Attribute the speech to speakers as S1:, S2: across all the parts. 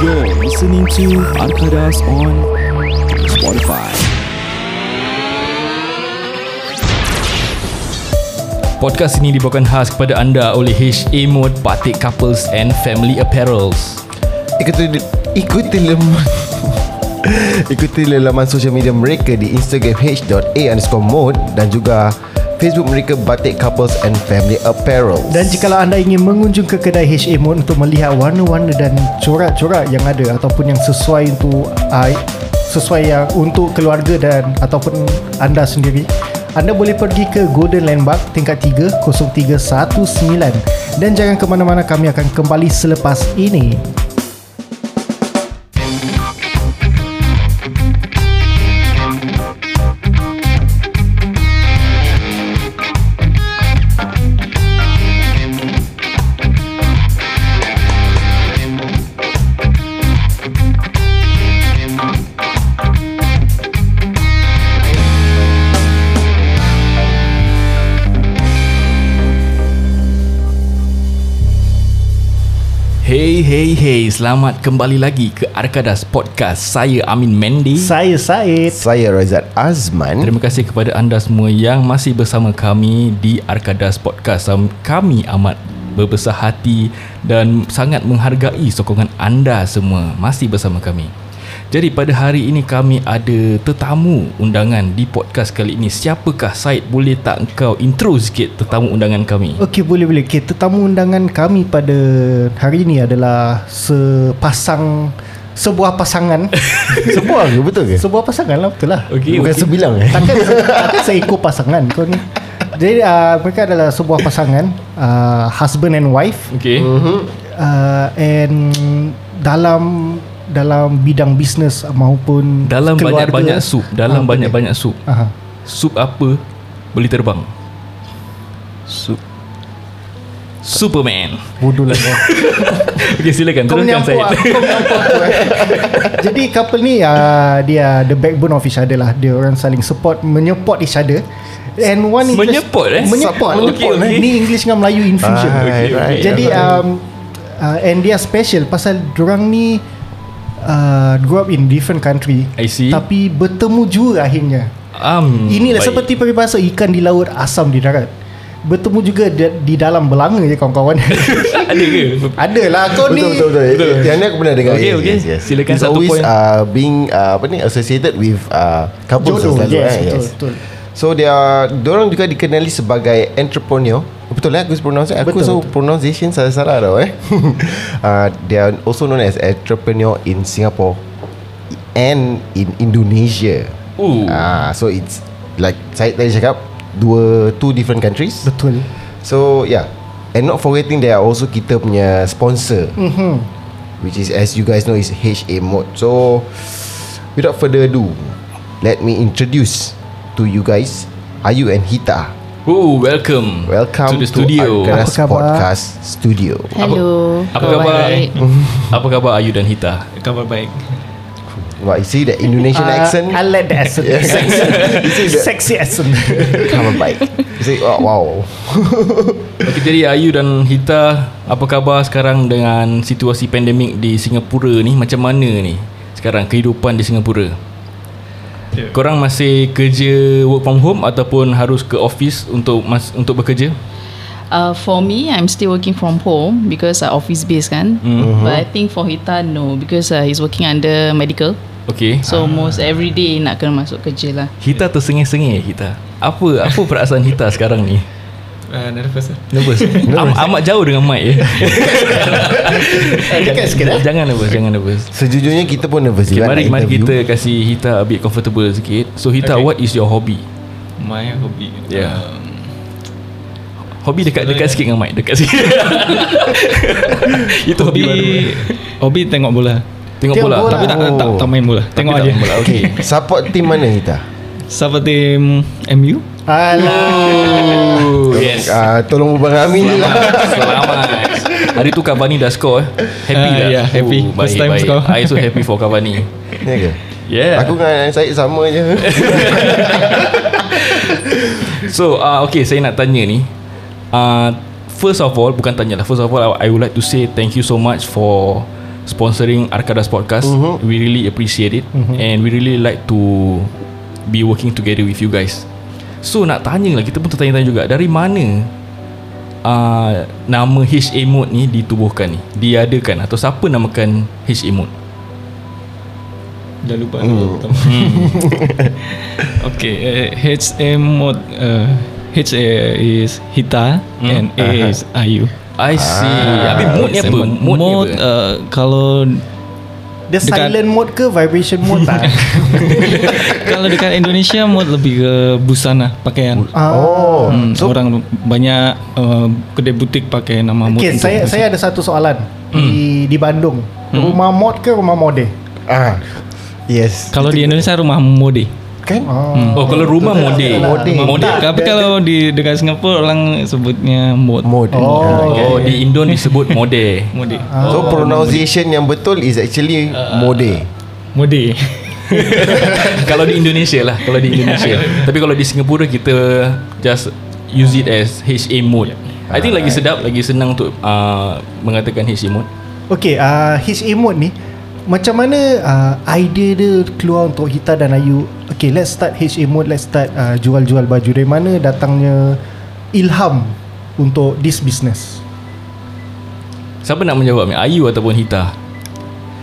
S1: You're listening to Arkadas on Spotify.
S2: Podcast ini dibawakan khas kepada anda oleh HA Mode Batik Couples and Family Apparels.
S3: Ikuti ikuti laman ikuti laman sosial media mereka di Instagram h.a underscore mode dan juga Facebook mereka Batik Couples and Family Apparel.
S4: Dan jikalau anda ingin mengunjung ke kedai HA Mode untuk melihat warna-warna dan corak-corak yang ada ataupun yang sesuai untuk uh, sesuai yang untuk keluarga dan ataupun anda sendiri, anda boleh pergi ke Golden Landmark tingkat 3 0319 dan jangan ke mana-mana kami akan kembali selepas ini.
S2: Hey hey hey, selamat kembali lagi ke Arkadas Podcast. Saya Amin Mendy.
S4: Saya Said.
S3: Saya Razat Azman.
S2: Terima kasih kepada anda semua yang masih bersama kami di Arkadas Podcast. Sam- Kami amat berbesar hati dan sangat menghargai sokongan anda semua masih bersama kami. Jadi pada hari ini kami ada tetamu undangan di podcast kali ini. Siapakah Said? Boleh tak engkau intro sikit tetamu undangan kami?
S4: Okey boleh boleh. Okay, tetamu undangan kami pada hari ini adalah sepasang sebuah pasangan.
S3: Sebuah ke betul ke?
S4: sebuah pasangan lah betul lah.
S2: Okey,
S3: Bukan
S2: okey.
S3: sebilang eh.
S4: Takkan, takkan seekor pasangan kau ni. Jadi uh, mereka adalah sebuah pasangan uh, husband and wife
S2: Okey.
S4: uh, and dalam dalam bidang bisnes maupun
S2: Dalam
S4: keluarga.
S2: banyak-banyak sup, dalam
S4: Ah,
S2: banyak-banyak sup.
S4: Aha.
S2: Sup apa boleh terbang? Sup Superman.
S4: Bodoh lah kau.
S2: Okey silakan
S4: Kau
S2: teruskan
S4: menyampuk
S2: saya.
S4: aku, kau menyampuk aku, eh. Jadi couple ni uh, Dia the backbone of each other lah Dia orang saling support Menyeport each other And one is
S2: Menyeport, eh?
S4: Menyeport
S2: Okey,
S4: Menyeport,
S2: okey.
S4: Ni English dengan Melayu infusion
S3: Ah, right, right.
S4: Jadi um, uh, And dia special Pasal orang ni uh, Grow up in different country
S2: I see.
S4: Tapi bertemu juga akhirnya
S2: Um,
S4: Inilah Baik. seperti peribahasa Ikan di laut Asam di darat Bertemu juga di, di dalam belanga je kawan-kawan
S2: ada ke?
S4: Adalah kau ni
S3: Betul betul betul.
S2: Betul.
S3: Yang ni aku pernah dengar.
S2: Okey, okey. Silakan
S3: It's
S2: satu
S3: always,
S2: point.
S3: Uh, being uh, apa ni associated with uh, couples
S4: Jodoh
S3: selalu,
S4: Yes
S3: eh,
S4: betul, betul.
S3: So dia orang juga dikenali sebagai entrepreneur. Betul lah aku pronounce it? Aku
S4: Betul,
S3: so pronunciation salah-salah tau eh. uh, they are also known as entrepreneur in Singapore and in Indonesia.
S2: Ooh.
S3: Ah, uh, so it's like saya tadi cakap dua two different countries.
S4: Betul
S3: So yeah And not forgetting There are also kita punya Sponsor mm-hmm. Which is as you guys know Is HA mode So Without further ado Let me introduce To you guys Ayu and Hita
S2: Oh, welcome.
S3: Welcome
S2: to the studio.
S3: Arkadas
S4: Apa khabar?
S3: Podcast Studio
S5: Hello.
S2: Apa khabar? Apa khabar Ayu dan Hita?
S6: Khabar baik
S3: Wah, you see that Indonesian
S4: Uh,
S3: accent
S4: I like the accent. Sexy, sexy accent.
S3: Come on, baik You see, wow, wow.
S2: Okey, jadi Ayu dan Hita, apa khabar sekarang dengan situasi pandemik di Singapura ni? Macam mana ni? Sekarang kehidupan di Singapura.
S6: Ya.
S2: Korang masih kerja work from home ataupun harus ke office untuk mas, untuk bekerja?
S5: Uh, for me, I'm still working from home because uh, office based kan. Mm-hmm. But I think for Hita no because uh, he's working under medical.
S2: Okey.
S5: So ah. most every day nak kena masuk kerja lah.
S2: Hita tersengih-sengih Hita. Apa apa perasaan Hita sekarang ni?
S6: uh, Nervous lah
S2: Nervous. Am, amat jauh dengan mic ya.
S4: Dekat sikit eh.
S2: jangan nervous, jangan nervous.
S3: Sejujurnya kita pun nervous
S2: Okay,
S3: juga
S2: mari
S3: nak
S2: mari
S3: interview.
S2: kita kasih Hita a bit comfortable sikit. So Hita, okay.
S6: Okay.
S2: what is your hobby?
S6: My hobby
S2: Ya.
S6: um,
S2: Hobi Um, dekat dekat sikit dengan mic, dekat sikit. Itu hobi baru. eh.
S6: Hobi Hobi tengok bola
S2: Tengok bola.
S4: bola.
S2: Tapi
S6: Tapi tak,
S3: Oh.
S6: tak, tak main bola Tengok
S2: tak
S6: aja
S2: main bola. Okey.
S3: Support team mana Hita?
S6: Seperti um, MU
S4: Alah.
S2: Oh, yes.
S3: Ah, tolong Abang Amin ni lah
S2: Selamat. Hari tu Cavani dah score eh. Happy
S6: Ah,
S2: dah.
S6: ya, happy.
S2: Oh, baik,
S6: First time
S2: baik.
S6: score.
S2: I so happy for Cavani.
S3: Ya ke?
S2: Yeah.
S3: Aku dengan Syed sama je
S2: So uh, okay saya nak tanya ni uh, First of all Bukan tanya lah First of all I, I would like to say Thank you so much for sponsoring Arkadas Podcast. We really appreciate it and we really like to be working together with you guys. So nak tanya lah kita pun tertanya-tanya juga dari mana uh, nama HA mode ni ditubuhkan ni? Diadakan atau siapa namakan HA mode?
S6: Dah lupa hmm. Okay, uh, HA mode uh, HA is Hita hmm. and A is Ayu.
S2: I see. Ah, Habis mode ni apa?
S6: Mode,
S2: Mode, ni
S6: mode
S2: apa?
S6: uh, kalau
S4: Dia
S6: Dekat-
S4: silent mode ke vibration mode tak?
S6: kalau dekat Indonesia mode lebih ke busana pakaian.
S4: Ah.
S3: Oh
S6: Hmm, so, orang banyak uh, kedai butik pakai nama mode.
S4: Okay,
S6: untuk
S4: saya
S6: busana.
S4: saya ada satu soalan di di Bandung. Rumah mod ke rumah mode?
S3: ah. Yes
S6: Kalau di Indonesia rumah mode.
S3: Kan
S2: Oh, kalau rumah mode.
S3: Mode.
S2: Mode.
S6: Tapi kalau di dekat Singapura orang sebutnya mode.
S3: Mode
S4: Oh,
S2: Oh, di Indon disebut mode.
S6: Mode.
S3: So pronunciation yang betul Is actually
S2: Ah,
S3: Mode
S6: Mode.
S2: kalau di Indonesia lah, kalau di Indonesia. Tapi kalau di Singapura kita just use it as HA mode. I think lagi sedap, lagi senang untuk uh, mengatakan HA mode.
S4: Okay, uh, HA mode ni macam mana uh, idea dia keluar untuk Hita dan Ayu? Okay, let's start HA mode, let's start uh, jual-jual baju. Dari mana datangnya ilham untuk this business?
S2: Siapa nak menjawab ni? Ayu ataupun Hita?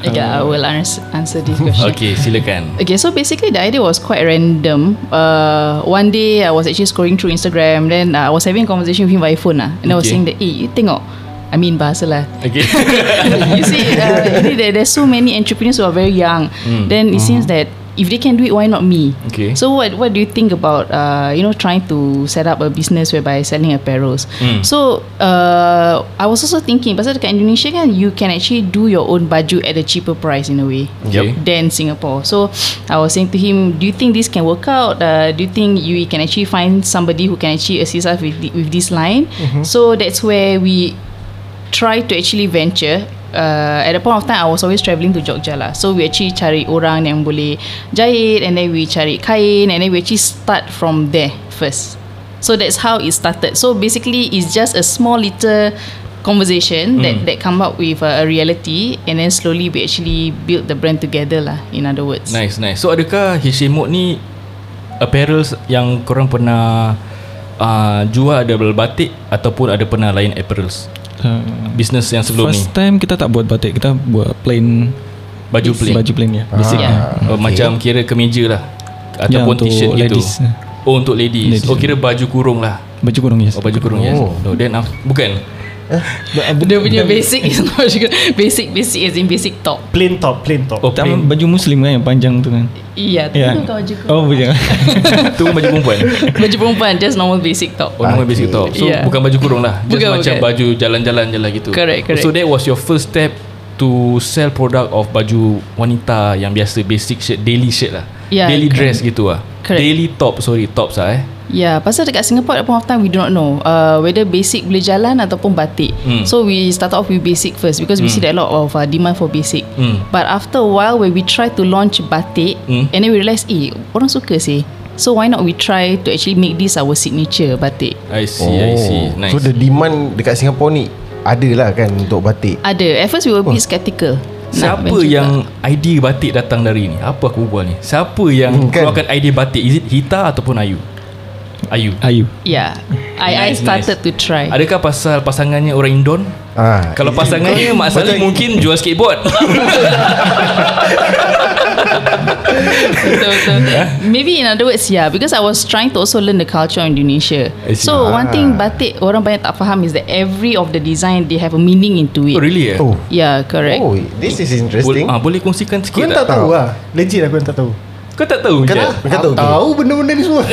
S5: Okay, I will ans- answer this question.
S2: Okay, silakan.
S5: Okay, so basically the idea was quite random. Uh, one day I was actually scrolling through Instagram, then uh, I was having a conversation with him by phone, ah, and I was
S2: Okay.
S5: saying that, eh, you tengok, I mean bahasa lah.
S2: Okay.
S5: you see, uh, really there, there's so many entrepreneurs who are very young. Then it seems that if they can do it, why not me?
S2: Okay.
S5: So what what do you think about uh, you know trying to set up a business whereby selling apparels? So uh, I was also thinking, pasal dekat Indonesia kan, you can actually do your own baju at a cheaper price in a way
S2: Yep.
S5: than Singapore. So I was saying to him, do you think this can work out? Uh, do you think you can actually find somebody who can actually assist us with, the, with this line? So that's where we try to actually venture. Uh, at the point of time, I was always travelling to Jogja lah. So we actually cari orang yang boleh jahit and then we cari kain and then we actually start from there first. So that's how it started. So basically, it's just a small little conversation that that come up with a, a reality and then slowly we actually build the brand together lah. In other words,
S2: Nice, nice. So adakah HA mode ni apparels yang korang pernah uh, jual ada batik ataupun ada pernah lain apparels?
S6: Uh,
S2: Business yang sebelum
S6: First
S2: ni?
S6: time kita tak buat batik, kita buat plain
S2: Baju plain?
S6: Baju plain ya. Basic.
S5: Yeah.
S2: Oh, Macam kira kemeja lah Ataupun
S6: Ya, untuk
S2: t-shirt gitu
S6: ladies.
S2: Oh untuk ladies.
S6: Ladies.
S2: Oh kira baju kurung lah
S6: Baju kurung yes.
S2: Oh baju kurung yes
S3: Oh.
S2: no, Then af- Bukan
S5: the punya basic is not juga basic basic as in basic top.
S4: Plain top, plain top.
S2: Oh
S6: Tapi
S2: plain
S6: baju muslim kan yang panjang tu kan.
S5: Iya, tu
S6: Ya.
S5: kau juga.
S6: Oh, bukan.
S2: Itu baju perempuan
S5: Baju perempuan just normal basic top.
S2: Oh nama basic top So
S5: Yeah.
S2: bukan baju kurung lah Just
S5: Ya. Bukan,
S2: macam
S5: bukan.
S2: baju jalan-jalan je lah gitu
S5: Correct, correct.
S2: So that was your first step To sell product of baju wanita Yang biasa basic shirt Daily shirt lah
S5: Yeah,
S2: Daily
S5: Ya,
S2: dress
S5: correct.
S2: gitu lah
S5: Correct.
S2: Daily top sorry Tops lah eh
S5: Ya, yeah, pasal dekat Singapore at that point of time we do not know uh, whether basic boleh jalan ataupun batik.
S2: Hmm.
S5: Mm. So we start off with basic first because we mm. see that a lot of uh, demand for basic.
S2: Hmm.
S5: Mm. But after a while when we try to launch batik
S2: Hmm.
S5: mm. and then we realise eh orang suka sih. So why not we try to actually make this our signature batik?
S2: I see I see
S6: Oh.
S2: Nice
S3: Oh. So the demand dekat Singapore ni ada lah kan untuk batik.
S5: Ada. At first we were a bit skeptical. Nak
S2: Siapa
S5: venture tak.
S2: yang idea batik datang dari ni? Apa aku buat ni? Siapa yang
S3: Hmm, kan?
S2: keluarkan idea batik? Is it Hita ataupun Ayu? Ayu.
S6: Ayu.
S5: Yeah. Ya, I
S2: Nice,
S5: I
S2: nice.
S5: started to try.
S2: Adakah pasal pasangannya orang Indon?
S3: Ah,
S2: Kalau pasangannya Mak Saleh
S3: Macam-
S2: mungkin jual skateboard.
S5: betul betul.
S2: Eh?
S5: Maybe in other words, yeah, because I was trying to also learn the culture of Indonesia.
S2: I see. Ah.
S5: So one thing batik orang banyak tak faham is that every of the design they have a meaning into it.
S2: oh really eh?
S3: Oh,
S5: Yeah, correct.
S3: oh, this is
S2: Bol-
S3: interesting.
S2: ah, boleh kongsikan
S4: Kau
S2: sikit
S4: tak
S2: tak?
S4: tahu lah. Legit aku yang tak tahu.
S2: Kau tak tahu je?
S3: Kenapa? Kau tahu tu?
S4: Tahu benda-benda ni semua.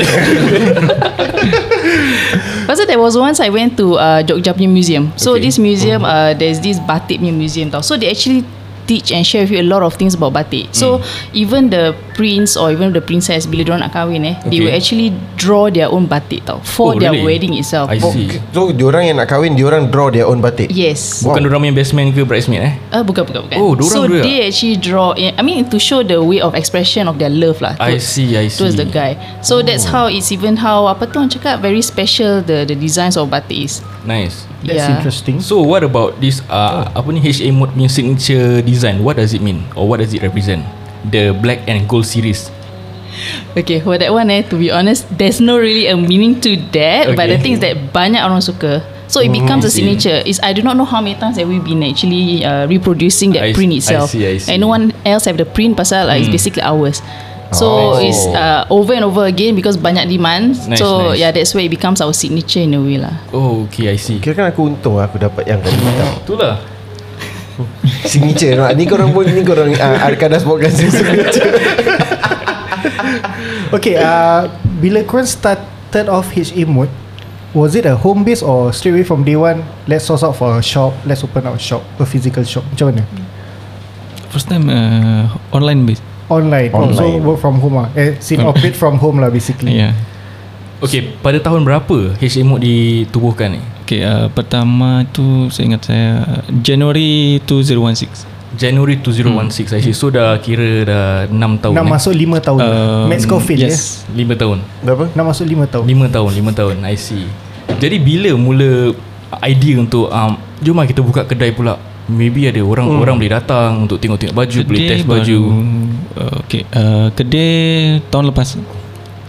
S5: Pasal there was once I went to uh, Jogja punya museum. So
S2: Okay. Mm.
S5: okay. this museum, uh, there's this batik punya museum tau. So they actually teach and share with you a lot of things about
S2: Mm.
S5: batik. So even the prince or even the princess bila diorang nak kahwin eh, okay.
S2: Okay.
S5: they will actually draw their own batik tau
S2: Oh,
S5: for their
S2: really?
S5: wedding itself.
S2: I see.
S3: Oh, So diorang yang nak kahwin Diorang draw their own batik
S5: Yes.
S2: Bukan wow. orang main basement ke bridesmaid eh?
S5: Uh, bukan, bukan, bukan.
S2: Oh, dorang
S5: so
S2: dia?
S5: they actually draw. In, I mean, to show the way of expression of their love lah.
S2: I see, I see.
S5: Towards the guy. So oh. that's how it's even how apa tu orang cakap very special the the designs of batik is.
S2: Nice.
S4: That's
S5: Yeah.
S4: interesting.
S2: So what about this uh, apa ni HA mode punya signature design? What does it mean or what does it represent? The black and gold series.
S5: Okay, for that one eh, to be honest, there's no really a meaning to that. Okay. But
S2: Okay. Hmm,
S5: the thing is that banyak orang suka. So it becomes a
S2: see.
S5: signature. Is I do not know how many times that we've been actually uh, reproducing that
S2: I s-
S5: print
S2: I
S5: itself.
S2: see, I see. Hmm.
S5: And no one else have the print pasal uh, it's basically ours. So
S3: Oh.
S5: it's uh, over and over again because banyak demand.
S2: Nice,
S5: so
S2: nice.
S5: yeah, that's where it becomes our signature in a way lah.
S2: Oh, okay, I see.
S3: Kira kan aku untung aku dapat yang kau minta.
S2: Itulah.
S3: Signature no? Ni korang pun Ni korang uh, Arkadas Podcast Signature
S4: Okay, uh, bila korang started off HA mode, was it a home base or straight away from day one, let's source out for a shop, let's open up a shop, a physical shop? Macam mana?
S6: First time uh, online based.
S4: Online. Oh, so
S3: Online.
S4: work from home lah. Eh, sin operate from home lah basically.
S6: Yeah.
S2: Okay, pada tahun berapa HA mode ditubuhkan ni?
S6: Okay, uh, pertama tu saya ingat saya uh, January 2016.
S2: Januari 2016 hmm. I see. So dah kira dah 6 tahun.
S4: Nak
S2: eh?
S4: masuk 5 tahun. Uh, Max Caulfield yes.
S6: yes.
S2: 5 tahun.
S3: Berapa?
S4: Nak masuk 5 tahun.
S2: 5 tahun, 5 tahun. I see. Jadi bila mula idea untuk um, jom lah kita buka kedai pula. Maybe ada orang hmm. orang boleh datang untuk tengok-tengok baju, boleh test baju.
S6: uh, okay, uh, kedai tahun lepas.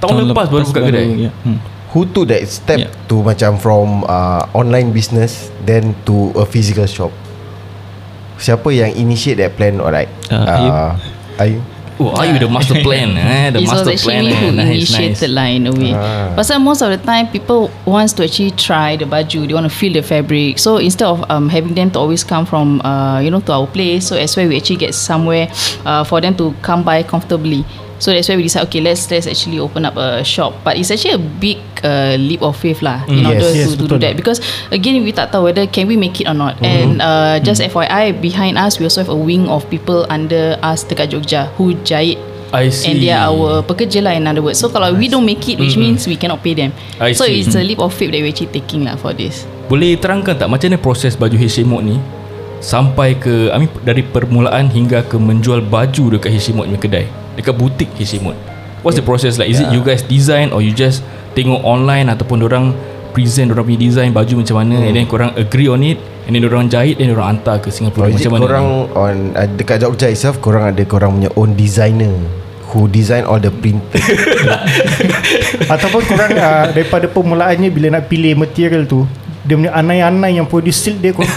S2: Tahun, lepas, baru ya. buka kedai.
S6: Yeah. Hmm.
S3: Who took that step
S6: Yeah.
S3: yeah. to macam from uh, online business then to a physical shop? Siapa yang initiate that plan alright?
S6: Uh, Ayub.
S3: Ayu.
S2: Oh, are you the master plan? Eh? The
S5: it was
S2: master plan.
S5: actually
S2: eh?
S5: who
S2: Nice,
S5: initiated
S2: nice.
S5: lah in a way.
S3: Ah.
S5: Pasal most of the time people wants to actually try the baju, they want to feel the fabric. So instead of um, having them to always come from uh, you know to our place, so as well we actually get somewhere uh, for them to come by comfortably. So that's why we decide okay let's let's actually open up a shop. But it's actually a big uh, leap of faith lah in
S3: Mm.
S5: order
S3: Yes,
S5: to, to do that because again we tak tahu whether can we make it or not.
S2: Mm-hmm.
S5: And uh, just FYI behind us we also have a wing of people under us dekat Jogja who jahit
S2: I see.
S5: and they are our pekerja lah in other words so kalau we don't make it which means we cannot pay them
S2: I
S5: so
S2: see.
S5: it's a leap of faith that we actually taking lah for this
S2: Boleh terangkan tak macam mana proses baju Hishimot ni sampai ke I mean, dari permulaan hingga ke menjual baju dekat Hishimot punya kedai, dekat butik Hishimot. What's the process like? Is yeah. it you guys design or you just tengok online ataupun orang present orang punya design baju macam mana hmm. and then korang agree on it and then orang jahit then orang hantar ke
S3: Or
S2: Singapura
S3: is it
S2: macam mana?
S3: korang on uh, dekat Jogja itself korang ada korang punya own designer who design all the print
S4: Ataupun korang uh, daripada permulaannya bila nak pilih material tu, dia punya anai-anai yang produce silk dia korang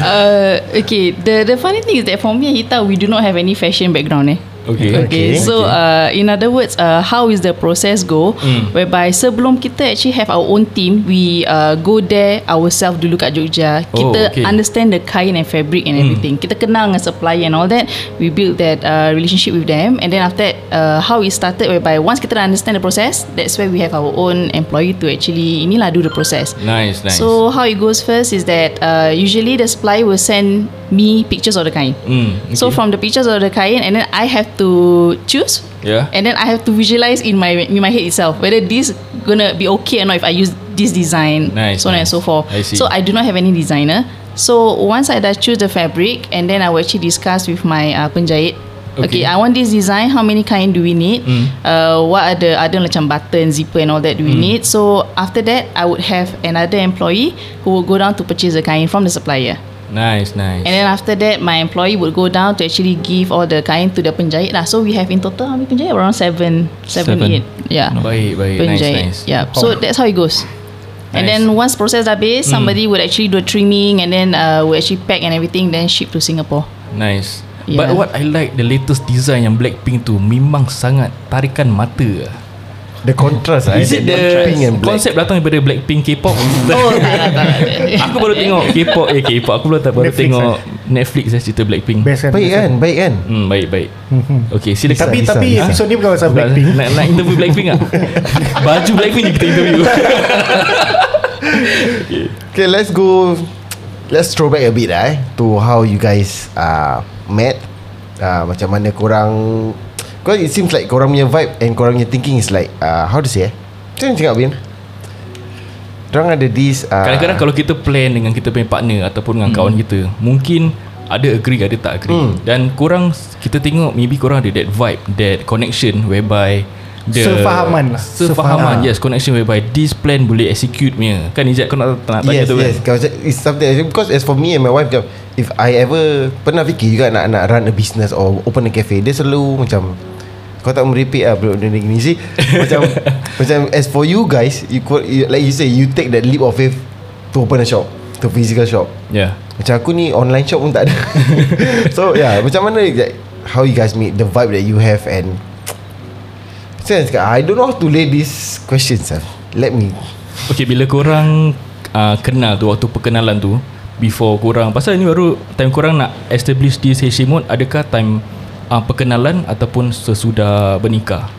S5: uh, okay the the funny thing is that for me and Hita we do not have any fashion background eh
S2: Okay.
S5: Okay,
S3: Okay.
S5: so uh, in other words, uh, how is the process go?
S2: Hmm.
S5: Mm. Whereby sebelum kita actually have our own team, we uh, go there ourselves dulu kat Jogja.
S2: Oh,
S5: Kita
S2: okay. Hmm.
S5: understand the kain and fabric and everything. Kita kenal dengan supplier and all that. We build that uh, relationship with them. And then after that, uh, how it started whereby once kita dah understand the process, that's where we have our own employee to actually inilah do the process.
S2: Nice, nice.
S5: So how it goes first is that uh, usually the supplier will send me pictures of the kain.
S2: mm,
S5: So from the pictures of the kain and then I have to choose
S2: yeah.
S5: and then I have to visualize in my in my head itself whether this gonna be okay or not if I use this design
S2: Nice,
S5: so on and
S2: nice.
S5: so forth
S2: I see.
S5: so I do not have any designer so once I dah choose the fabric and then I will actually discuss with my uh, penjahit
S2: Okay. Mm.
S5: okay. I want this design how many kind do we need uh, what are the other macam button zipper and all that do we need so after that I would have another employee who will go down to purchase the kain from the supplier
S2: nice, nice.
S5: And then after that, my employee would go down to actually give all the kain to the penjahit lah. So we have in total how many penjahit? Around seven, seven,
S6: Seven.
S5: eight. Yeah.
S2: baik, baik. Nice, nice. Oh.
S5: Yeah. So that's how it goes. And
S2: Nice. Mm.
S5: then once process dah habis, somebody would actually do trimming and then uh, would actually pack and everything, then ship to Singapore.
S2: Nice. Yeah.
S5: Yeah.
S2: But what I like the latest design yang Blackpink tu memang sangat tarikan mata.
S3: the contrast
S2: Is it the
S3: pink and black
S2: konsep datang daripada Blackpink K-pop?
S5: Oh, tak lah, tak lah.
S2: aku baru tengok K-pop eh K-pop aku baru tak baru
S4: Netflix,
S2: tengok Netflix eh cerita Blackpink.
S4: best kan.
S3: baik
S4: best
S3: kan baik kan
S2: Hmm baik baik. Okay silakan.
S4: Tapi
S3: Bisa,
S4: tapi
S3: bisa.
S4: episod ni bukan pasal
S2: Blackpink.
S4: Blackpink.
S2: Nak, nak interview Blackpink ah. Baju Blackpink je kita interview.
S3: Okay, let's go. Let's throw back a bit lah eh, to how you guys uh, met. Uh, macam mana korang Because it seems like korang punya vibe And korang punya thinking is like uh, How to say eh Macam mana cakap Bin Korang ada this uh,
S2: Kadang-kadang kalau kita plan dengan kita punya partner ataupun
S3: Hmm.
S2: dengan kawan kita, mungkin ada agree ada tak agree. Dan kurang kita tengok maybe korang ada that vibe, that connection whereby
S4: Sefahaman lah.
S2: Sefahaman Yes connection whereby This plan boleh execute punya Kan Izzat kau nak, nak tanya
S3: Yes,
S2: tu
S3: yes.
S2: kan
S3: Kan? Macam, it's something because as for me and my wife macam if I ever pernah fikir juga nak nak run a business or open a cafe, dia selalu macam kau tak merepek lah Bro benda gini See Macam Macam as for you guys you, could, you Like you say You take that leap of faith To open a shop To physical shop
S2: Yeah
S3: Macam aku ni Online shop pun tak ada So yeah Macam mana like, How you guys meet The vibe that you have And Macam mana nak cakap I don't know how to lay these questions ah. Let me
S2: Okay bila korang uh, Kenal tu Waktu perkenalan tu Before korang Pasal ni baru Time korang nak Establish this HC mode Adakah time uh, Perkenalan Ataupun sesudah Bernikah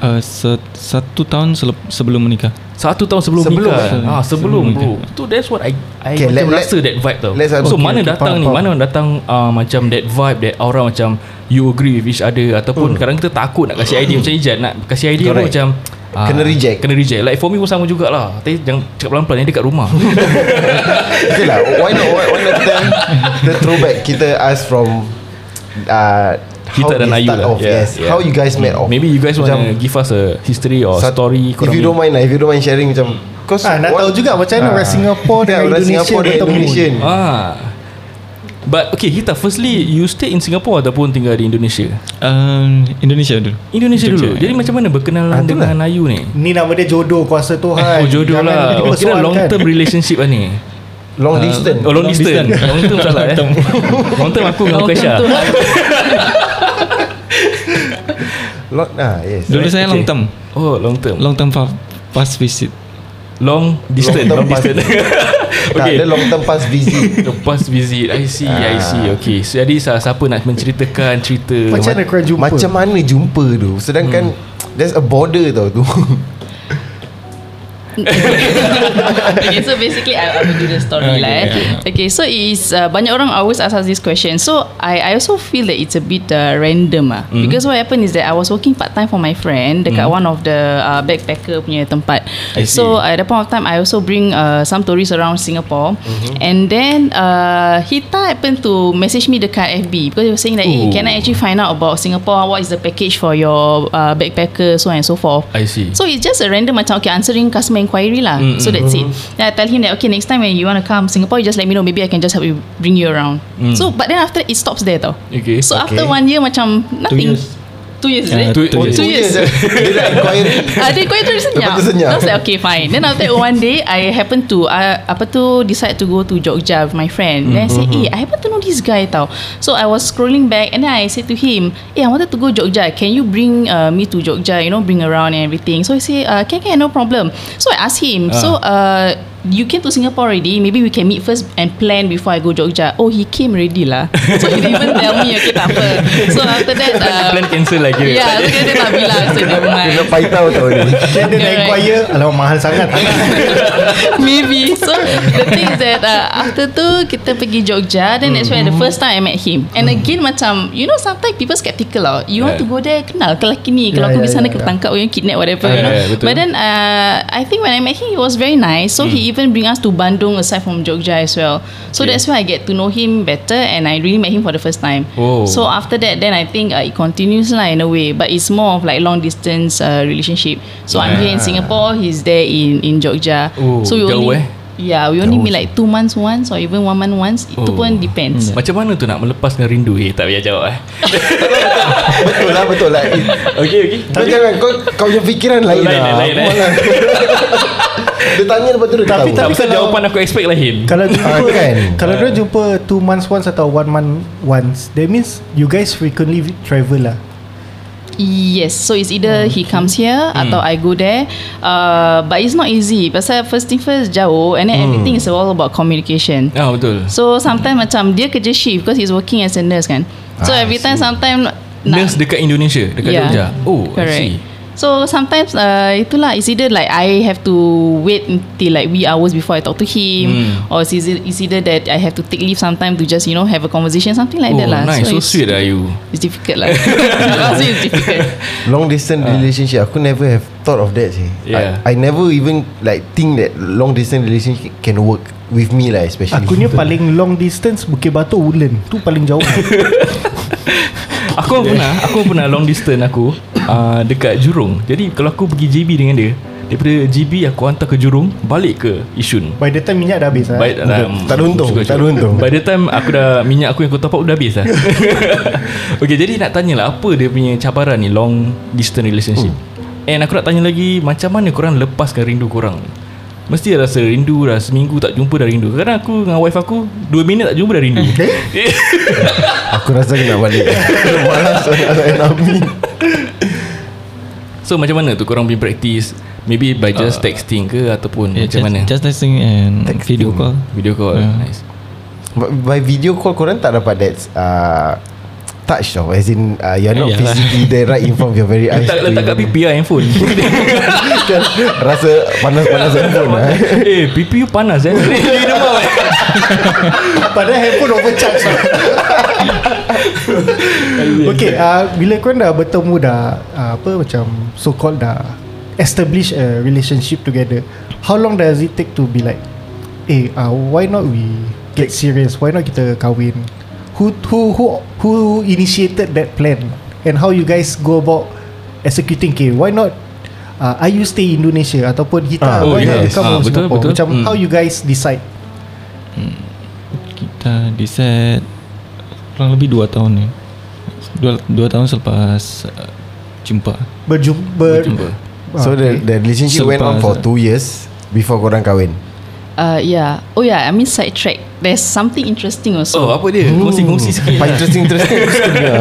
S6: Uh, se- satu tahun selep- sebelum menikah.
S2: satu tahun sebelum,
S3: Sebelum,
S2: nikah
S6: sorry.
S2: ah, Sebelum,
S6: Sebelum
S2: bro
S6: nikah.
S2: Tu that's what I I
S3: Okay,
S2: okay, macam
S3: let-
S2: rasa
S3: let-
S2: that vibe tau
S3: let's have-
S2: So
S3: okay,
S2: mana
S3: okay,
S2: datang
S3: faham,
S2: ni
S3: faham.
S2: Mana datang uh, Macam that vibe That aura macam You agree with each other Ataupun kadang kita takut Nak kasih idea Macam Ijat Nak kasih idea pun
S3: Hmm. Correct.
S2: macam ah,
S3: Kena reject.
S2: Kena reject Like for me pun sama jugalah Tapi jangan cakap pelan-pelan Ni dekat rumah
S3: Okay lah Why not Why, why not kita The throwback Kita ask from uh,
S2: Kita
S3: how
S2: dan
S3: they
S2: Ayu
S3: start
S2: lah.
S3: off,
S2: Yeah,
S3: yes.
S2: yeah. Hmm.
S3: How you guys met off
S2: Maybe you guys want
S3: Macam-
S2: to Give us a history Or
S3: Sat-
S2: story
S3: If you don't mind lah If you don't mind sharing Macam Cause
S4: Ah, nak
S3: what-
S4: tahu juga macam mana orang Singapore dengan
S3: orang
S4: Indonesia
S3: Singapore dengan
S4: bertemu.
S3: Indonesia ni.
S2: Ah. But okay Hita Firstly You stay in Singapore Ataupun tinggal di Indonesia
S6: Um, Indonesia dulu.
S2: Indonesia dulu Jadi macam mana Berkenalan
S3: Ah, itulah.
S2: dengan Ayu ni
S4: Ni nama dia jodoh kuasa
S2: Oh
S4: Tuhan.
S2: jodoh
S4: Jangan kan?
S2: lah Oh kira
S4: dipersoalkan.
S2: long term relationship lah ni
S3: Long distance
S2: Oh long distance
S6: distance.
S2: Long term salah eh Long term lah. aku dengan
S5: Long term
S2: Kesha
S5: tu.
S3: Long ah, yes.
S6: Dulu saya
S2: Okay.
S6: long term.
S2: Oh long term
S6: Long term fa- past visit.
S2: Long distance
S3: term
S2: Long
S3: pass-
S2: distance
S3: Tak
S2: Okay
S3: ada long term pass visit
S2: Lepas visit I see I see Okay so, Jadi sa- siapa nak menceritakan Cerita
S4: Macam mana korang jumpa?
S3: Macam mana jumpa tu Sedangkan
S2: Hmm.
S3: There's a border tau tu
S5: okay, so basically I, I will do the story
S6: Okay,
S5: lah. Eh.
S6: yeah.
S5: Okay, so it's uh, banyak orang always ask us this question. So I I also feel that it's a bit uh, random ah mm. because what happened is that I was working part time for my friend dekat mm. one of the uh, backpacker punya tempat.
S2: I see.
S5: So at the point of time I also bring uh, some tourists around Singapore mm-hmm. and then uh, Hita happened to message me dekat FB because he was saying that hey,
S2: Ooh.
S5: can I actually find out about Singapore what is the package for your uh, backpacker so on and so forth.
S2: I see
S5: So it's just a random macam okay answering customer inquiry lah. Mm, so that's it. Then I tell him that okay next time when you want to come Singapore you just let me know maybe I can just help you bring you around. Mm. So but then after it stops there tau.
S2: Okay
S5: So okay. after one year macam nothing.
S6: years.
S5: Two years,
S6: Yeah,
S5: yeah,
S6: two-
S5: is it?
S6: two
S5: two years.
S3: Dia dah inquiry
S5: Ada Ah, kau itu senyap.
S3: Lepas tu senyap.
S5: Then I was like okay fine. Then after that one day I happen to uh, apa tu decide to go to Jogja with my friend. Then I say,
S3: Mm-hmm.
S5: "Eh, I happen to know this guy tau." So I was scrolling back and then I said to him, "Eh, I wanted to go Jogja. Can you bring uh, me to Jogja, you know, bring around and everything?" So he say, uh, "Can can no problem." So I asked him, "So
S3: Ah.
S5: uh You came to Singapore already Maybe we can meet first And plan before I go Jogja Oh he came already lah So he didn't even tell me Okay tak apa So after that um,
S2: Plan cancel lah kira
S5: Yeah so dia dia tak bilang So never mind
S3: Kena paitau tau ni
S4: Then dia nak
S5: Correct.
S4: inquire Alamak mahal sangat Tak nak.
S5: Maybe So the thing is that uh, After tu Kita pergi Jogja Then that's where The first time I met him And again macam You know sometimes People skeptical lah You want to go there Kenal ke lelaki ni Kalau
S4: Yeah,
S5: aku
S4: yeah,
S5: pergi sana
S4: yeah,
S5: Kena tangkap orang Kidnap whatever
S2: Yeah,
S5: you know?
S2: yeah, betul.
S5: But then uh, I think when I met him He was very nice So he even bring us to Bandung Aside from Jogja as well So
S2: Okay.
S5: that's where I get to know him better And I really met him For the first time
S2: Oh.
S5: So after that Then I think uh, It continues lah in a way But it's more of like Long distance uh, relationship So I'm here in Singapore He's there in in Jogja
S2: Oh,
S5: so we
S2: jauh
S5: only
S2: eh?
S5: Yeah, we only meet like two months once or even one month once. Itu
S2: Oh.
S5: pun depends.
S2: Macam mana tu nak melepaskan rindu Eh tak payah jawab eh
S3: Betul lah betul lah
S2: Okay okay
S3: Kau jangan Kau, kau punya fikiran lain
S2: Lain,
S3: lah
S2: lain, lain.
S3: Apa lah. Dia tanya lepas tu dia
S4: Tapi-
S2: Tak
S3: tahu
S4: tapi
S2: pasal
S4: kalau-
S2: jawapan aku expect lain
S4: Kalau
S3: Ah,
S4: jumpa
S3: kan?
S4: kan Kalau dia jumpa Two months once Atau one month once That means You guys frequently travel lah
S5: Yes, so it's
S2: Oh,
S5: either he comes here
S2: Hmm.
S5: atau I go there. Uh, but it's not easy. Pasal first thing first jauh and
S2: Hmm.
S5: then everything is all about communication.
S2: Ah betul
S5: So sometimes macam dia kerja shift because he's working as a nurse kan. So every time sometimes
S2: Ah, Nurse dekat Indonesia Dekat Jogja Oh I see
S5: So sometimes uh, itulah it's either like I have to wait until like wee hours before I talk to him
S2: Hmm.
S5: or it's either, it's either that I have to take leave sometime to just you know have a conversation something like
S2: Oh
S5: that lah.
S2: nice So,
S5: it's-
S2: sweet lah you
S5: It's difficult lah. so it's difficult.
S3: Long distance relationship Aku never have thought of that sih.
S2: Yeah.
S3: I, I never even Like think that Long distance relationship Can work With me lah especially
S4: Aku ni paling long distance Bukit Batok Woodland Tu paling jauh
S2: Aku pun pernah Aku pun pernah long distance aku uh, dekat Jurong. Jadi kalau aku pergi JB dengan dia, daripada JB aku hantar ke Jurong, balik ke Yishun.
S4: By the time minyak dah habis ah.
S2: By,
S4: Baik.
S2: um,
S3: Tak ada untung,
S2: syukur-
S3: tak ada
S2: syukur.
S3: untung.
S2: By the time aku dah Minyak aku yang aku top up Dah habis dah Okay jadi nak tanya lah Apa dia punya cabaran ni Long distance relationship
S3: Hmm.
S2: And aku nak tanya lagi Macam mana korang lepaskan rindu korang ni? Mesti rasa rindu Dah seminggu tak jumpa dah rindu Kadang aku dengan wife aku Dua minit tak jumpa dah rindu
S3: Aku rasa aku nak balik Malas nak nak enami
S2: So macam mana tu korang punya practice Maybe by just texting ke Ataupun
S6: Uh,
S2: macam
S6: Yeah, just,
S2: mana Hmm,
S6: Just texting and video call.
S2: Video call
S6: Yeah.
S2: Nice
S3: But By video call korang tak dapat that uh, Touch tau As in uh, You're not
S6: Yalah.
S3: physically there right in front of your very eyes
S2: Ya. Letak, letak kat pipi lah handphone
S3: Kan Rasa panas-panas handphone lah eh.
S2: Eh pipi you panas eh Dia demam eh
S4: Padahal handphone overcharge Okay uh, Bila korang dah bertemu dah uh, Apa macam So called dah Establish a relationship together How long does it take to be like Eh uh, why not we Get serious Why not kita kahwin Who who who who initiated that plan And how you guys go about Executing okay, Why not uh, Are you stay Indonesia Ataupun
S3: Ah,
S4: Hita
S2: oh
S4: Why not
S2: yes.
S4: you come
S2: Ah,
S4: from
S2: betul,
S4: Singapore
S2: betul.
S4: Macam
S2: Hmm.
S4: how you guys decide
S6: Kita decide kurang lebih 2 tahun ni. 2 dua tahun selepas uh, jumpa.
S4: Berjumpa, ber,
S2: Jumpa
S3: So
S2: Ah,
S3: the, the relationship went on for 2 years Before korang kahwin
S5: Uh, yeah. Oh yeah. I mean sidetrack. There's something interesting also.
S2: Oh apa dia Kongsi-kongsi sikit
S3: But
S2: lah
S3: interesting interesting Aku suka dengar.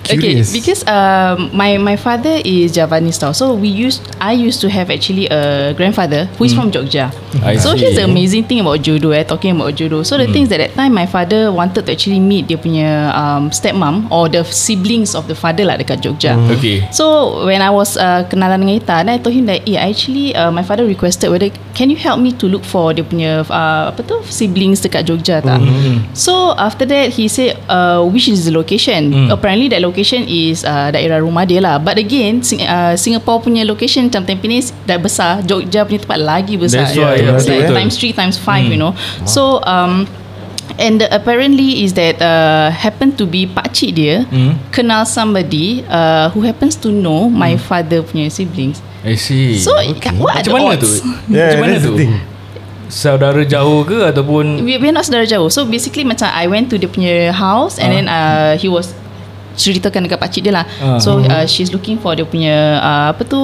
S5: Okay,
S3: Curious
S5: because um, my my father is Javanese now, so we used I used to have actually a grandfather who is from Jogja.
S2: Hmm. I see.
S5: so
S2: Hmm.
S5: here's the amazing thing about jodoh. Eh, talking about jodoh. So the things that at that time my father wanted to actually meet dia punya um, stepmom or the siblings of the father lah dekat Jogja.
S2: Okay
S5: So when I was uh, kenalan dengan Ita Then I told him that Eh I actually uh, My father requested whether Can you help me to look for Dia punya uh, Apa tu Siblings dekat Jogja tak mm-hmm. So after that He said uh, Which is the location mm. Apparently that location is uh, Daerah rumah dia lah But again Sing- uh, Singapore punya location Macam Tampines Dah besar Jogja punya tempat Lagi besar
S2: That's why, yeah,
S5: It's like
S2: betul. Mm.
S5: Times 3 times 5 You know So um, And the, apparently is that uh, happened to be pakcik dia
S2: Hmm?
S5: mm. kenal somebody uh, who happens to know my father punya siblings.
S2: I see
S5: So okay. what are
S2: Macam
S5: the
S2: mana
S5: odds?
S2: tu yeah, Macam mana
S3: that's
S2: tu
S3: the thing.
S2: Saudara jauh ke Ataupun
S5: We, we're not saudara jauh. So basically macam I went to dia punya house and then uh, he was ceritakan dekat pakcik dia lah.
S2: Ah.
S5: So uh, she's looking for dia punya uh, apa tu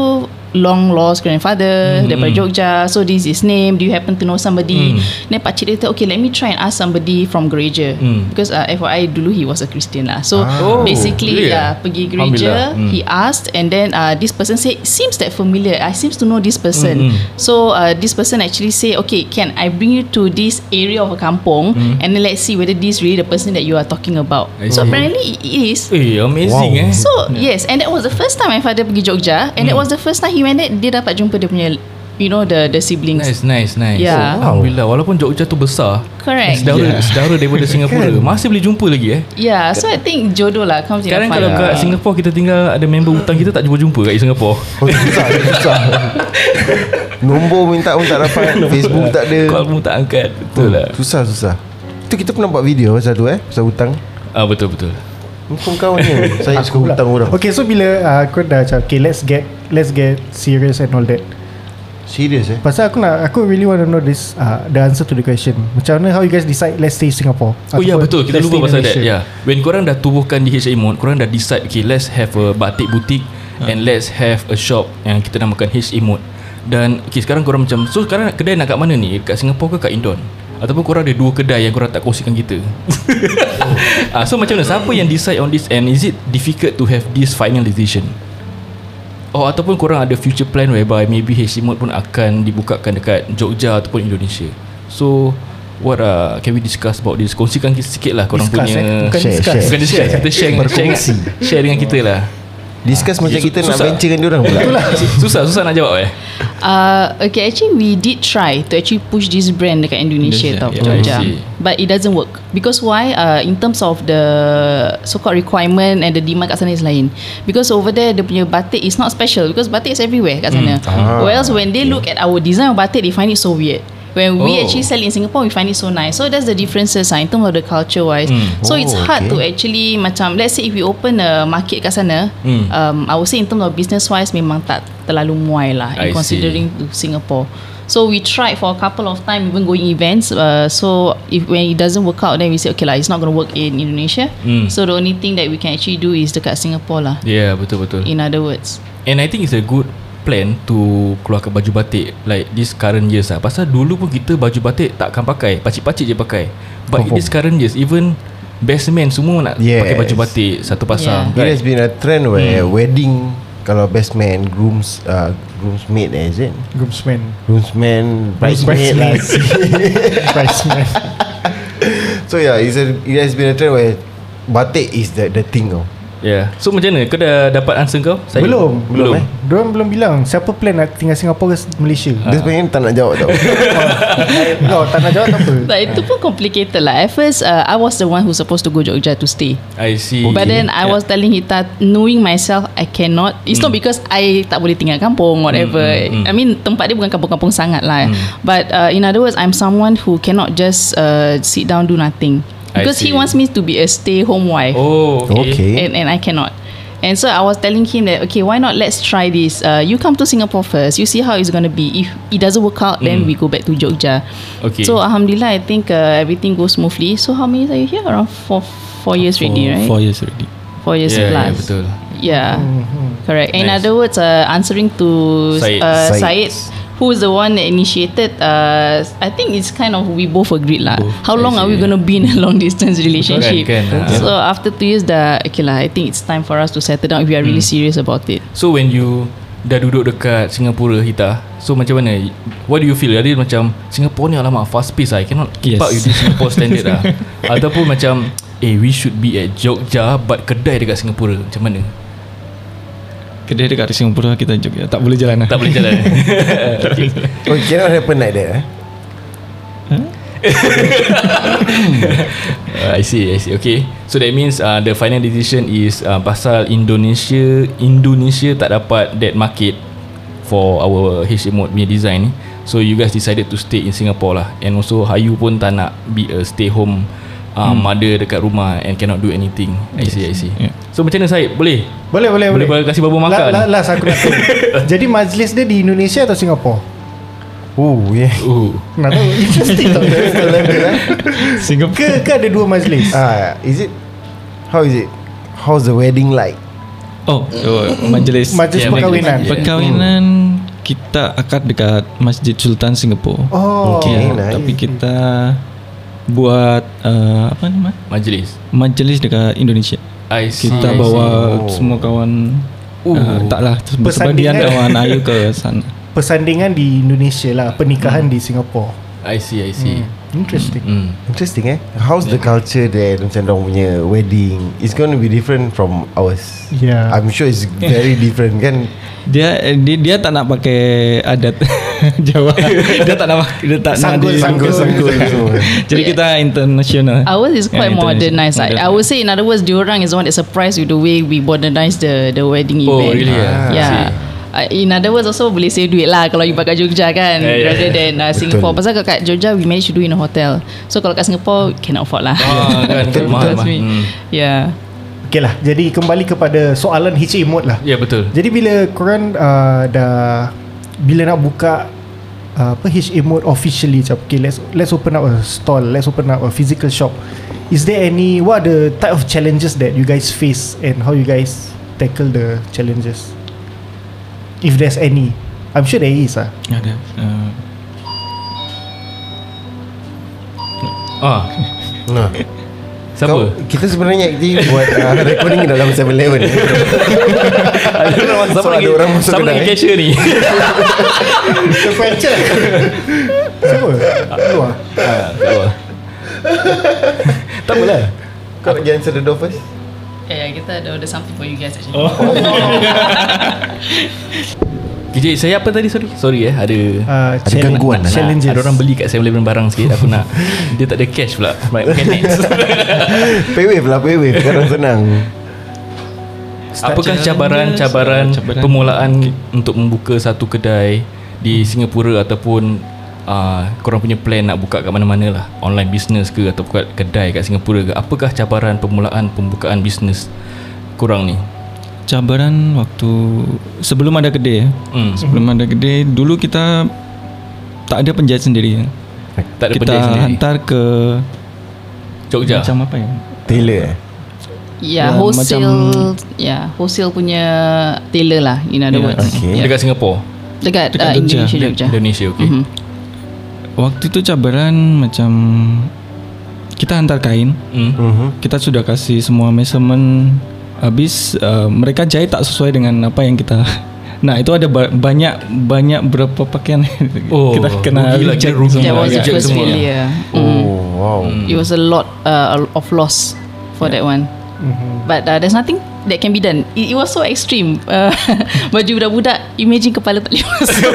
S5: long lost grandfather
S2: Hmm.
S5: mm. daripada Jogja. So this is his name. Do you happen to know somebody?
S2: Hmm.
S5: Mm. Then pakcik dia kata okay let me try and ask somebody from gereja.
S2: Mm.
S5: Because uh, FYI dulu he was a Christian lah. So
S2: Ah. Oh,
S5: basically
S2: yeah.
S5: yeah, pergi
S2: Alhamdulillah.
S5: gereja
S2: Mm.
S5: he asked and then uh, this person said seems that familiar I seems to know this
S2: Hmm,
S5: person so uh, this person actually say okay can I bring you to this area of a kampung and then let's see whether this really the person that you are talking about
S2: Mm-hmm. I
S5: so
S2: see.
S5: apparently it is
S2: Eh amazing
S3: Wow.
S2: eh
S5: so yes and that was the first time my father pergi Jogja and
S2: Mm.
S5: that was the first time he went there dia dapat jumpa dia punya you know the the siblings
S2: Nice nice nice oh,
S5: Yeah.
S2: Alhamdulillah Walaupun Jogja tu besar
S5: Correct.
S2: Sedara, yeah. sedara
S3: Kan?
S2: daripada Singapura Masih boleh jumpa lagi eh
S5: yeah so I think jodoh lah comes
S2: Sekarang
S5: in a
S2: kalau
S5: fun.
S2: kat Singapore Kita tinggal ada member hutang kita Tak jumpa-jumpa kat Singapore
S3: Oh susah Susah Nombor minta pun tak dapat Facebook tak ada
S2: Call pun tak angkat Betul lah
S3: Susah susah Tu kita pernah buat video pasal tu eh Pasal hutang
S2: ah, Betul betul
S3: Hukum kau ni Saya suka
S4: Pula.
S3: hutang orang
S4: Okay so bila uh, Aku dah macam Okay let's get Let's get serious and all that
S3: Serius eh
S4: Pasal aku nak Aku really want to know this uh, The answer to the question Macam mana how you guys decide Let's stay Singapore
S2: Oh ya yeah,
S4: Ataupun
S2: betul Kita
S4: let's
S2: lupa
S4: stay
S2: pasal that ya.
S4: Indonesia.
S2: yeah. When korang dah tubuhkan di HA Mode Korang dah decide Okay let's have a batik boutique
S4: Ha.
S2: And let's have a shop Yang kita namakan HA Mode Dan okay sekarang korang macam So sekarang kedai nak kat mana ni Kat Singapore ke kat Indon Ataupun korang ada dua kedai Yang korang tak kongsikan kita Ah, So macam mana Siapa yang decide on this And is it difficult to have this final decision Or ataupun korang ada future plan Whereby maybe HA Mode pun akan Dibukakan dekat Jogja Ataupun Indonesia So What uh, can we discuss about this Kongsikan sikit lah Korang
S4: Discuss,
S2: punya
S4: eh? Bukan
S3: Share,
S4: discuss
S3: share.
S2: Bukan discuss Kita share dengan share,
S3: Berkongsi.
S2: dengan- share dengan kita lah
S3: Discuss macam
S2: Sus-
S3: kita nak
S2: susah.
S3: venture dengan diorang pula
S2: Susah Susah nak jawab eh
S5: Uh, okay, actually we did try to actually push this brand dekat Indonesia,
S6: Indonesia,
S5: tau,
S6: yeah.
S5: Jogja.
S2: I see.
S5: But it doesn't work. Because why? Uh, in terms of the so-called requirement and the demand kat sana is lain. Because over there, the punya batik is not special because batik is everywhere kat sana. Whereas when they look at our design of batik, they find it so weird. When we
S2: Oh.
S5: actually sell in Singapore, we find it so nice. So that's the differences ah, in terms of the culture wise. So
S3: Oh,
S5: it's
S3: okay.
S5: hard to actually macam let's say if we open a market kat sana, um, I would say in terms of business wise memang tak terlalu muai lah
S2: I
S5: in
S2: see.
S5: considering to Singapore. So we tried for a couple of time even going events. Uh, so if when it doesn't work out, then we say okay lah, it's not going to work in Indonesia.
S2: Mm.
S5: So the only thing that we can actually do is dekat Singapore lah.
S3: Ya,
S2: Yeah, betul-betul.
S5: In other words.
S2: And I think it's a good plan to keluarkan baju batik like this current years lah. Pasal dulu pun kita baju batik tak akan pakai. Pacik-pacik je pakai. But in
S3: Confirm.
S2: this current years, even best man semua nak yes.
S3: Yes.
S2: pakai baju batik satu pasang.
S3: It
S2: Yeah.
S3: has
S2: Right? Hmm.
S3: been a trend where wedding kalau best man grooms uh, groomsmaid eh, is it?
S4: groomsmen
S3: Groomsman bridesmaid lah.
S4: bridesmaid bridesmaid
S3: So yeah, it's a, it has been a trend where batik is the the thing oh. tau.
S2: Yeah. So macam mana? Kau dah dapat answer kau? Saya?
S4: belum
S2: Belum.
S3: eh?
S4: Diorang belum bilang siapa plan nak tinggal Singapura ke Malaysia
S3: Dia sebenarnya tak nak jawab tau.
S4: no tak nak jawab tak apa
S5: But itu pun complicated lah. At first, uh, I was the one who supposed to go Jogja to stay.
S2: I see.
S5: But then I was telling Hita, knowing myself, I cannot. It's not because I tak boleh tinggal kampung, whatever. I mean, tempat dia bukan kampung-kampung sangat lah. But uh, in other words, I'm someone who cannot just uh, sit down do nothing
S2: I
S5: because he
S2: see.
S5: wants me to be a stay-home wife.
S2: Oh, okay. okay.
S3: Okay.
S5: and, and I cannot. And so I was telling him that okay, why not let's try this? Uh, you come to Singapore first, you see how it's gonna be. If it doesn't work out, then we go back to Jogja.
S2: Okay.
S5: So Alhamdulillah, I think uh, everything goes smoothly. So how many years are you here? Around four, four years already, right?
S6: Four years Oh, already.
S5: Four years
S2: Yeah,
S5: plus.
S2: yeah, betul.
S5: Yeah, correct. In
S2: Nice.
S5: other words, uh, answering to
S2: Syed.
S5: uh,
S3: Syed.
S5: Syed, who is the one that initiated? Uh, I think it's kind of we both agreed lah.
S2: Both.
S5: How long are we
S2: Actually,
S5: gonna be in a long distance relationship?
S2: Kan, kan, ah.
S5: So after two years, dah okay lah. I think it's time for us to settle down if we are really
S2: Hmm.
S5: serious about it.
S2: So when you dah duduk dekat Singapura Hita So macam mana What do you feel Jadi macam Singapore ni alamak Fast pace lah I cannot keep yes.
S6: Yes.
S2: up With this Singapore standard lah Ataupun macam Eh we should be at Jogja But kedai dekat Singapura Macam mana
S6: Kedai dekat Singapura kita Jogja tak boleh jalan lah.
S2: Tak boleh jalan
S3: Oh, it cannot happen like that eh.
S2: uh, I see I see Okay So that means uh, The final decision is uh, Pasal Indonesia Indonesia tak dapat That market For our HA mode punya design ni So you guys decided to stay in Singapore lah And also Hayu pun tak nak Be a stay home uh, hmm. Mother dekat rumah And cannot do anything I see I see yeah.
S6: Yeah.
S2: So macam mana Syed Boleh?
S4: boleh boleh
S2: Boleh
S4: boleh
S2: kasih babu makan?
S4: la, la, last aku nak tahu jadi majlis dia di Indonesia atau Singapura
S3: Oh, yeah.
S2: Ooh.
S4: nak tahu interesting tak
S6: Singapura.
S4: ke, ke ada dua majlis
S3: Ah, is it How is it? How's the wedding like?
S6: Oh, oh majlis.
S2: Yeah,
S4: Majlis perkahwinan
S2: Ya, majlis.
S6: Perkahwinan kita akad dekat Masjid Sultan Singapura.
S4: oh
S3: Okay.
S6: Ya,
S3: nice.
S6: Tapi kita buat uh, apa nama?
S2: Majlis
S6: Majlis dekat Indonesia.
S2: I see I
S6: Kita bawa
S3: Oh.
S6: semua kawan
S2: Oh.
S6: uh, taklah
S4: Persandingan.
S6: sebagian kawan Ayu ke sana.
S4: persandingan di Indonesia lah pernikahan di Singapura
S2: see. I see I see
S4: interesting
S2: hmm.
S3: Interesting eh. How's the culture there macam dong punya wedding? It's going to be different from ours.
S4: Yeah.
S3: I'm sure it's very different kan.
S6: Dia, eh, dia dia tak nak pakai adat Jawa. dia tak nak pakai- dia tak
S4: Sanggul,
S6: nak
S4: sanggul,
S3: sanggul.
S6: Jadi kita international.
S5: Ours is quite
S6: Yeah,
S5: modernized.
S6: international.
S5: I, I would say, in other words, diorang is the one that surprised with the way we modernized the the wedding
S2: Oh
S5: event.
S2: really ah. I see.
S5: Yeah. Uh, in other words also boleh save duit lah kalau you buat kat Jogja
S2: Yeah, yeah.
S5: kan yeah, rather than uh, Singapore pasal kat, kat Jogja we manage to do in a hotel so kalau kat Singapore cannot afford lah
S2: Ah, kan, kan, mahal,
S5: Trust me.
S2: mahal. Hmm.
S5: yeah
S4: Okay lah Jadi kembali kepada Soalan HA mode lah
S2: Ya yeah, betul
S4: Jadi bila korang uh, Dah Bila nak buka uh, Apa HA mode officially Macam okay let's Let's open up a stall Let's open up a physical shop Is there any What are the type of challenges That you guys face And how you guys Tackle the challenges If there's any I'm sure there is lah
S6: Ada. Uh,
S2: Ah,
S3: Nah.
S2: Siapa?
S3: kita sebenarnya aktif buat uh, recording dalam 7-Eleven.
S2: Ada orang masuk
S3: So, ada
S2: lagi-
S3: orang masuk
S2: siapa
S3: kedai.
S2: lagi cashier ni
S4: Sequential Siapa? Lu lah
S2: Tak apalah
S3: Kau nak pergi answer the door first?
S5: yeah, yeah Eh, ya, kita ada order something for you guys actually oh.
S2: KJ saya apa tadi sorry Sorry eh ada
S4: uh,
S3: Ada gangguan lah.
S4: Challenges
S2: Ada orang beli kat 7-Eleven barang sikit Aku nak Dia tak ada cash pula Right okay next
S3: Paywave lah, paywave. Sekarang senang.
S2: Apakah
S6: challenges,
S2: cabaran-cabaran
S6: cabaran.
S2: Permulaan Untuk membuka satu kedai Di Singapura Ataupun uh, korang punya plan nak buka kat mana-mana lah online business ke atau buka kedai kat Singapura ke apakah cabaran permulaan pembukaan business korang ni
S6: Cabaran waktu sebelum ada kedai ya.
S2: hmm.
S6: Sebelum ada kedai Dulu kita Tak ada penjahit sendiri ya.
S2: tak ada
S6: Kita
S2: penjahit sendiri
S6: hantar ke
S2: Jogja
S6: Macam apa ya
S3: Taylor eh?
S5: Yeah,
S6: Ya,
S5: wholesale yeah, wholesale punya tailor lah in other
S6: Yeah,
S5: words.
S3: okay.
S5: Yeah.
S2: dekat Singapura
S5: Dekat,
S6: Dekat
S5: uh,
S6: Jogja.
S5: Indonesia Jogja.
S2: Indonesia okay mm-hmm.
S6: Waktu itu cabaran macam Kita hantar kain
S2: mm.
S3: mm-hmm.
S6: Kita sudah kasih semua measurement Habis uh, mereka jahit tak sesuai dengan apa yang kita Nah itu ada ba- banyak banyak berapa pakaian
S2: Oh,
S6: kita kena ya.
S2: rugi lah,
S6: reject
S2: kita rugi lah.
S5: That was the
S2: Reject
S5: first
S2: semua.
S5: failure. Mm.
S3: Oh wow
S5: It was a lot uh, of loss for that one. But uh, there's nothing that can be done. It, it was so extreme. Uh, baju budak-budak, imagine kepala tak boleh masuk.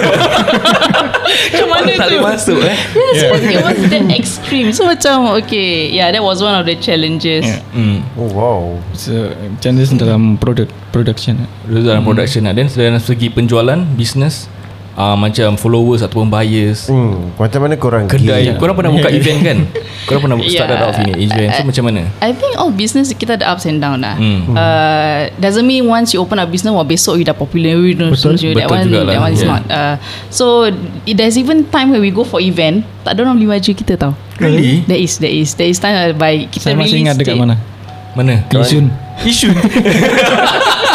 S5: Macam mana
S2: tak
S5: tu?
S2: boleh masuk eh
S5: Yes, it was that extreme. So macam, okay, yeah, that was one of the challenges.
S6: Yeah.
S2: mm.
S3: Oh wow
S6: So, challenges dalam product production
S2: Dulu dalam production lah Then dalam segi penjualan Business uh, Macam followers Ataupun buyers
S3: hmm. Macam mana korang
S2: Kedai yeah.
S3: gig?
S2: Korang pernah buka event kan Korang pernah start
S5: Yeah.
S2: yeah. off ini Event So macam mana
S5: I think all business kita ada ups and down lah.
S2: Hmm.
S5: Uh, doesn't mean once you open a business, wah besok you dah popular. You don't
S4: Betul.
S5: you, that
S2: Betul
S5: one,
S2: jugalah.
S5: that one is
S2: Yeah.
S5: not. Uh, so it- there's even time when we go for event, tak ada orang beli baju kita tau.
S2: Really?
S5: There is, there is, there is time uh, by kita
S6: Saya masih
S5: release
S6: ingat dekat
S5: date.
S6: mana
S2: Mana
S6: Isun
S2: Isun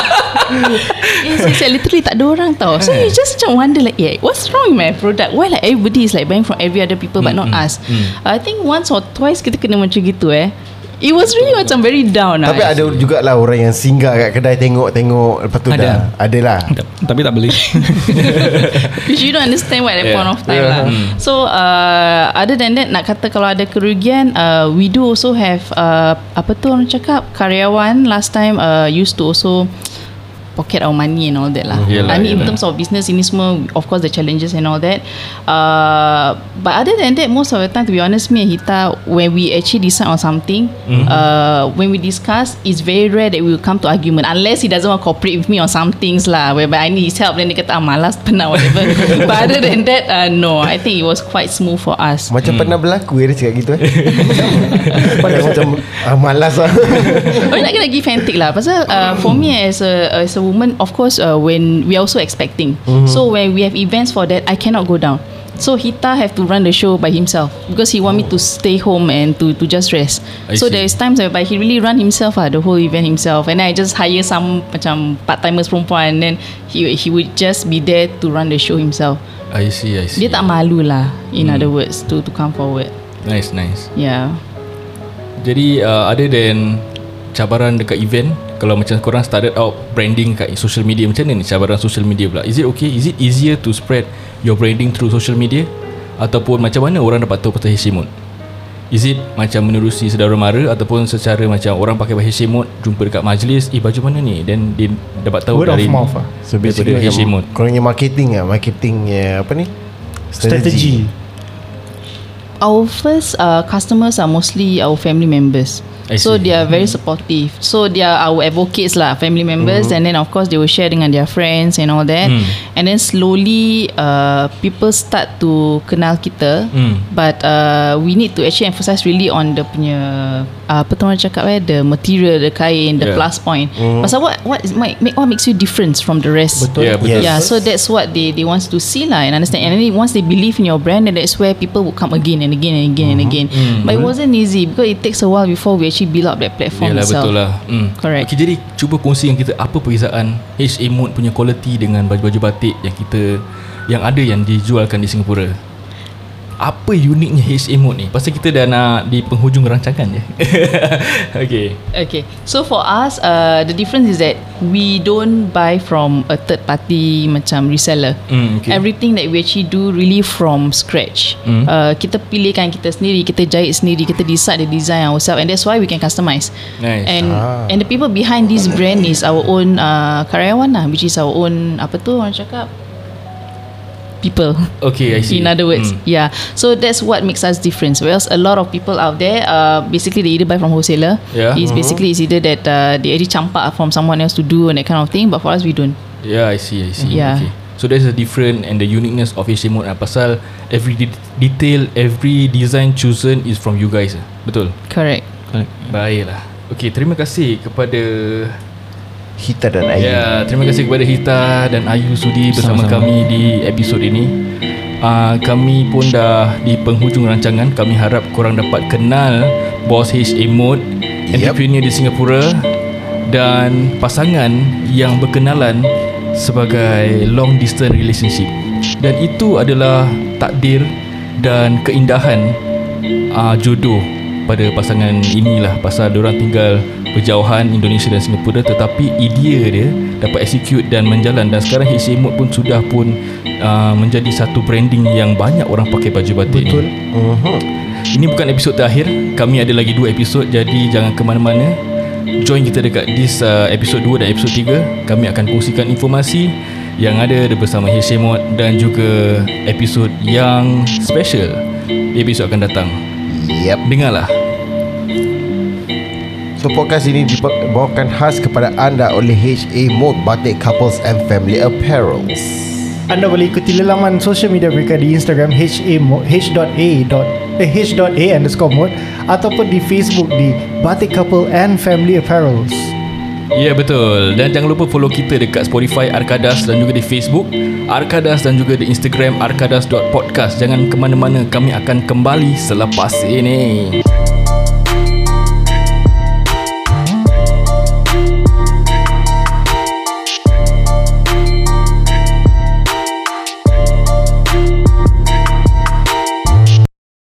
S5: Yes, yes, yes, Eh, literally tak ada orang tau. So
S6: Eh.
S5: you just macam wonder like, yeah, what's wrong with my product? Why like everybody is like buying from every other people but not us?
S6: Mm.
S5: I think once or twice kita kena macam gitu eh. It was really macam very down lah.
S3: Tapi ada jugalah orang yang singgah kat kedai tengok-tengok Lepas tu
S6: Ada.
S3: dah lah. Adalah
S6: Tapi tak beli
S5: Which you don't understand what at that
S2: Yeah.
S5: point of time lah.
S6: Mm.
S5: So uh, other than that, nak kata kalau ada kerugian, uh, we do also have uh, apa tu orang cakap karyawan last time uh, used to also pocket our money and all that lah.
S2: Yelah,
S5: I mean in
S2: yelah.
S5: terms of business ini semua, of course the challenges and all that. Uh, but other than that, most of the time to be honest, me and Hita, when we actually decide on something, uh, when we discuss, it's very rare that we will come to argument unless he doesn't want to cooperate with me on some things lah. Whereby I need his help, then dia kata ah, malas, penat, whatever. but other than that, uh, no, I think it was quite smooth for us.
S3: Macam
S2: Mm.
S3: pernah berlaku eh, Dia cakap gitu eh Pada macam ah, Malas lah
S5: Orang nak kena give and take lah Pasal uh, for me as a as a woman Of course uh, when we are also expecting mm-hmm. So when we have events for that I cannot go down So Hita have to run the show by himself because he want me to stay home and to to just rest.
S2: Oh. I
S5: so
S2: see.
S5: there is times whereby he really run himself ah the whole event himself and then I just hire some macam part timers perempuan and then he he would just be there to run the show himself.
S2: I see I see Hmm.
S5: Dia tak malu lah in other words to to come forward.
S2: Nice nice
S5: Yeah.
S2: Jadi uh, Other than Cabaran dekat event Kalau macam korang started out Branding kat social media Macam mana ni cabaran social media pula Is it okay Is it easier to spread Your branding through social media Ataupun macam mana Orang dapat tahu pasal Hishimut Is it macam menerusi saudara mara Ataupun secara macam Orang pakai bahasa Hishimut Jumpa dekat majlis Eh baju mana ni Then dia dapat tahu
S4: Word of mouth lah.
S3: So
S2: Daripada Hishimut
S3: Korang punya marketing lah Marketing ya, apa ni
S4: Strategy.
S5: our first uh, customers are mostly our family members.
S2: I
S5: So
S2: see. Mm-hmm.
S5: they are very supportive. So they are our advocates lah, family
S2: Mm-hmm.
S5: members, and then of course they will share dengan their friends and all that.
S2: Mm.
S5: And then slowly, uh, people start to kenal kita.
S2: Hmm.
S5: But uh, we need to actually emphasize really on the punya uh, apa tu orang cakap eh, the material, the kain, the
S2: Yeah. Oh.
S5: plus point. Pasal what what is make what makes you different from the rest?
S2: Yeah, Ya, betul.
S3: Yes.
S5: Yeah, so that's what they they wants to see lah and understand. And then once they believe in your brand, then that's where people will come again and again and again
S2: Mm-hmm.
S5: and again. But it wasn't easy because it takes a while before we actually build up that platform
S2: Yalah
S5: itself.
S2: betul lah mm.
S5: Correct.
S2: okay, Jadi cuba kongsi dengan kita Apa perbezaan HA Mode punya quality Dengan baju-baju batik Yang kita Yang ada yang dijualkan di Singapura Apa uniknya HA Mode ni Pasal kita dah nak Di penghujung rancangan ya. je Okay
S5: Okay, so for us, uh, the difference is that we don't buy from a third party macam reseller.
S2: Mm, okay. Mm-hmm.
S5: Everything that we actually do really from scratch. Mm. Uh, kita pilihkan kita sendiri, kita jahit sendiri, kita decide the design ourselves, and that's why we can customize.
S2: Nice.
S5: And and the people behind this brand is our own uh, karyawan lah, which is our own apa tu orang cakap people.
S2: Okay I see
S5: In other words,
S2: Mm.
S5: yeah. So that's what makes us different. Whereas a lot of people out there, uh, basically they either buy from wholesaler.
S2: Yeah.
S5: It's basically it's either that uh, they already campak from someone else to do and that kind of thing. But for us, we don't.
S2: Yeah I see I see
S5: Yeah.
S2: okay. So that's the different and the uniqueness of HC mode lah. Pasal every de- detail, every design chosen is from you guys. eh. Betul?
S5: Correct.
S6: Correct.
S5: Hmm.
S2: Baiklah. Okay, terima kasih kepada
S3: Hita dan Ayu yeah.
S2: Ya, terima kasih kepada Hita dan Ayu Sudi bersama
S6: Sama-sama.
S2: kami di episod ini. Uh, kami pun dah di penghujung rancangan. Kami harap korang dapat kenal Boss HA Mode,
S3: Yep.
S2: entrepreneur di Singapura dan pasangan yang berkenalan sebagai long distance relationship. Dan itu adalah takdir dan keindahan uh, jodoh pada pasangan inilah pasal diorang tinggal berjauhan Indonesia dan Singapura tetapi idea dia dapat execute dan menjalan dan sekarang HC Mode pun sudah pun uh, menjadi satu branding yang banyak orang pakai baju batik ni.
S4: Betul.
S2: Ini bukan episod terakhir. Kami ada lagi dua episod jadi jangan ke mana-mana. Join kita dekat this uh, episod 2 dan episod 3. Kami akan kongsikan informasi yang ada bersama Hishemot dan juga episod yang special di episod akan datang.
S3: Yep
S2: Dengarlah.
S3: So podcast ini dibawakan khas kepada anda oleh HA Mode Batik Couples and Family Apparel
S4: Anda boleh ikuti lelaman social media mereka di Instagram HA mo- H.A. dot eh, H.A underscore mode ataupun di Facebook di Batik Couple and Family Apparels.
S2: Ya yeah, betul Dan jangan lupa follow kita dekat Spotify Arkadas Dan juga di Facebook Arkadas dan juga di Instagram Arkadas.podcast Jangan ke mana-mana Kami akan kembali selepas ini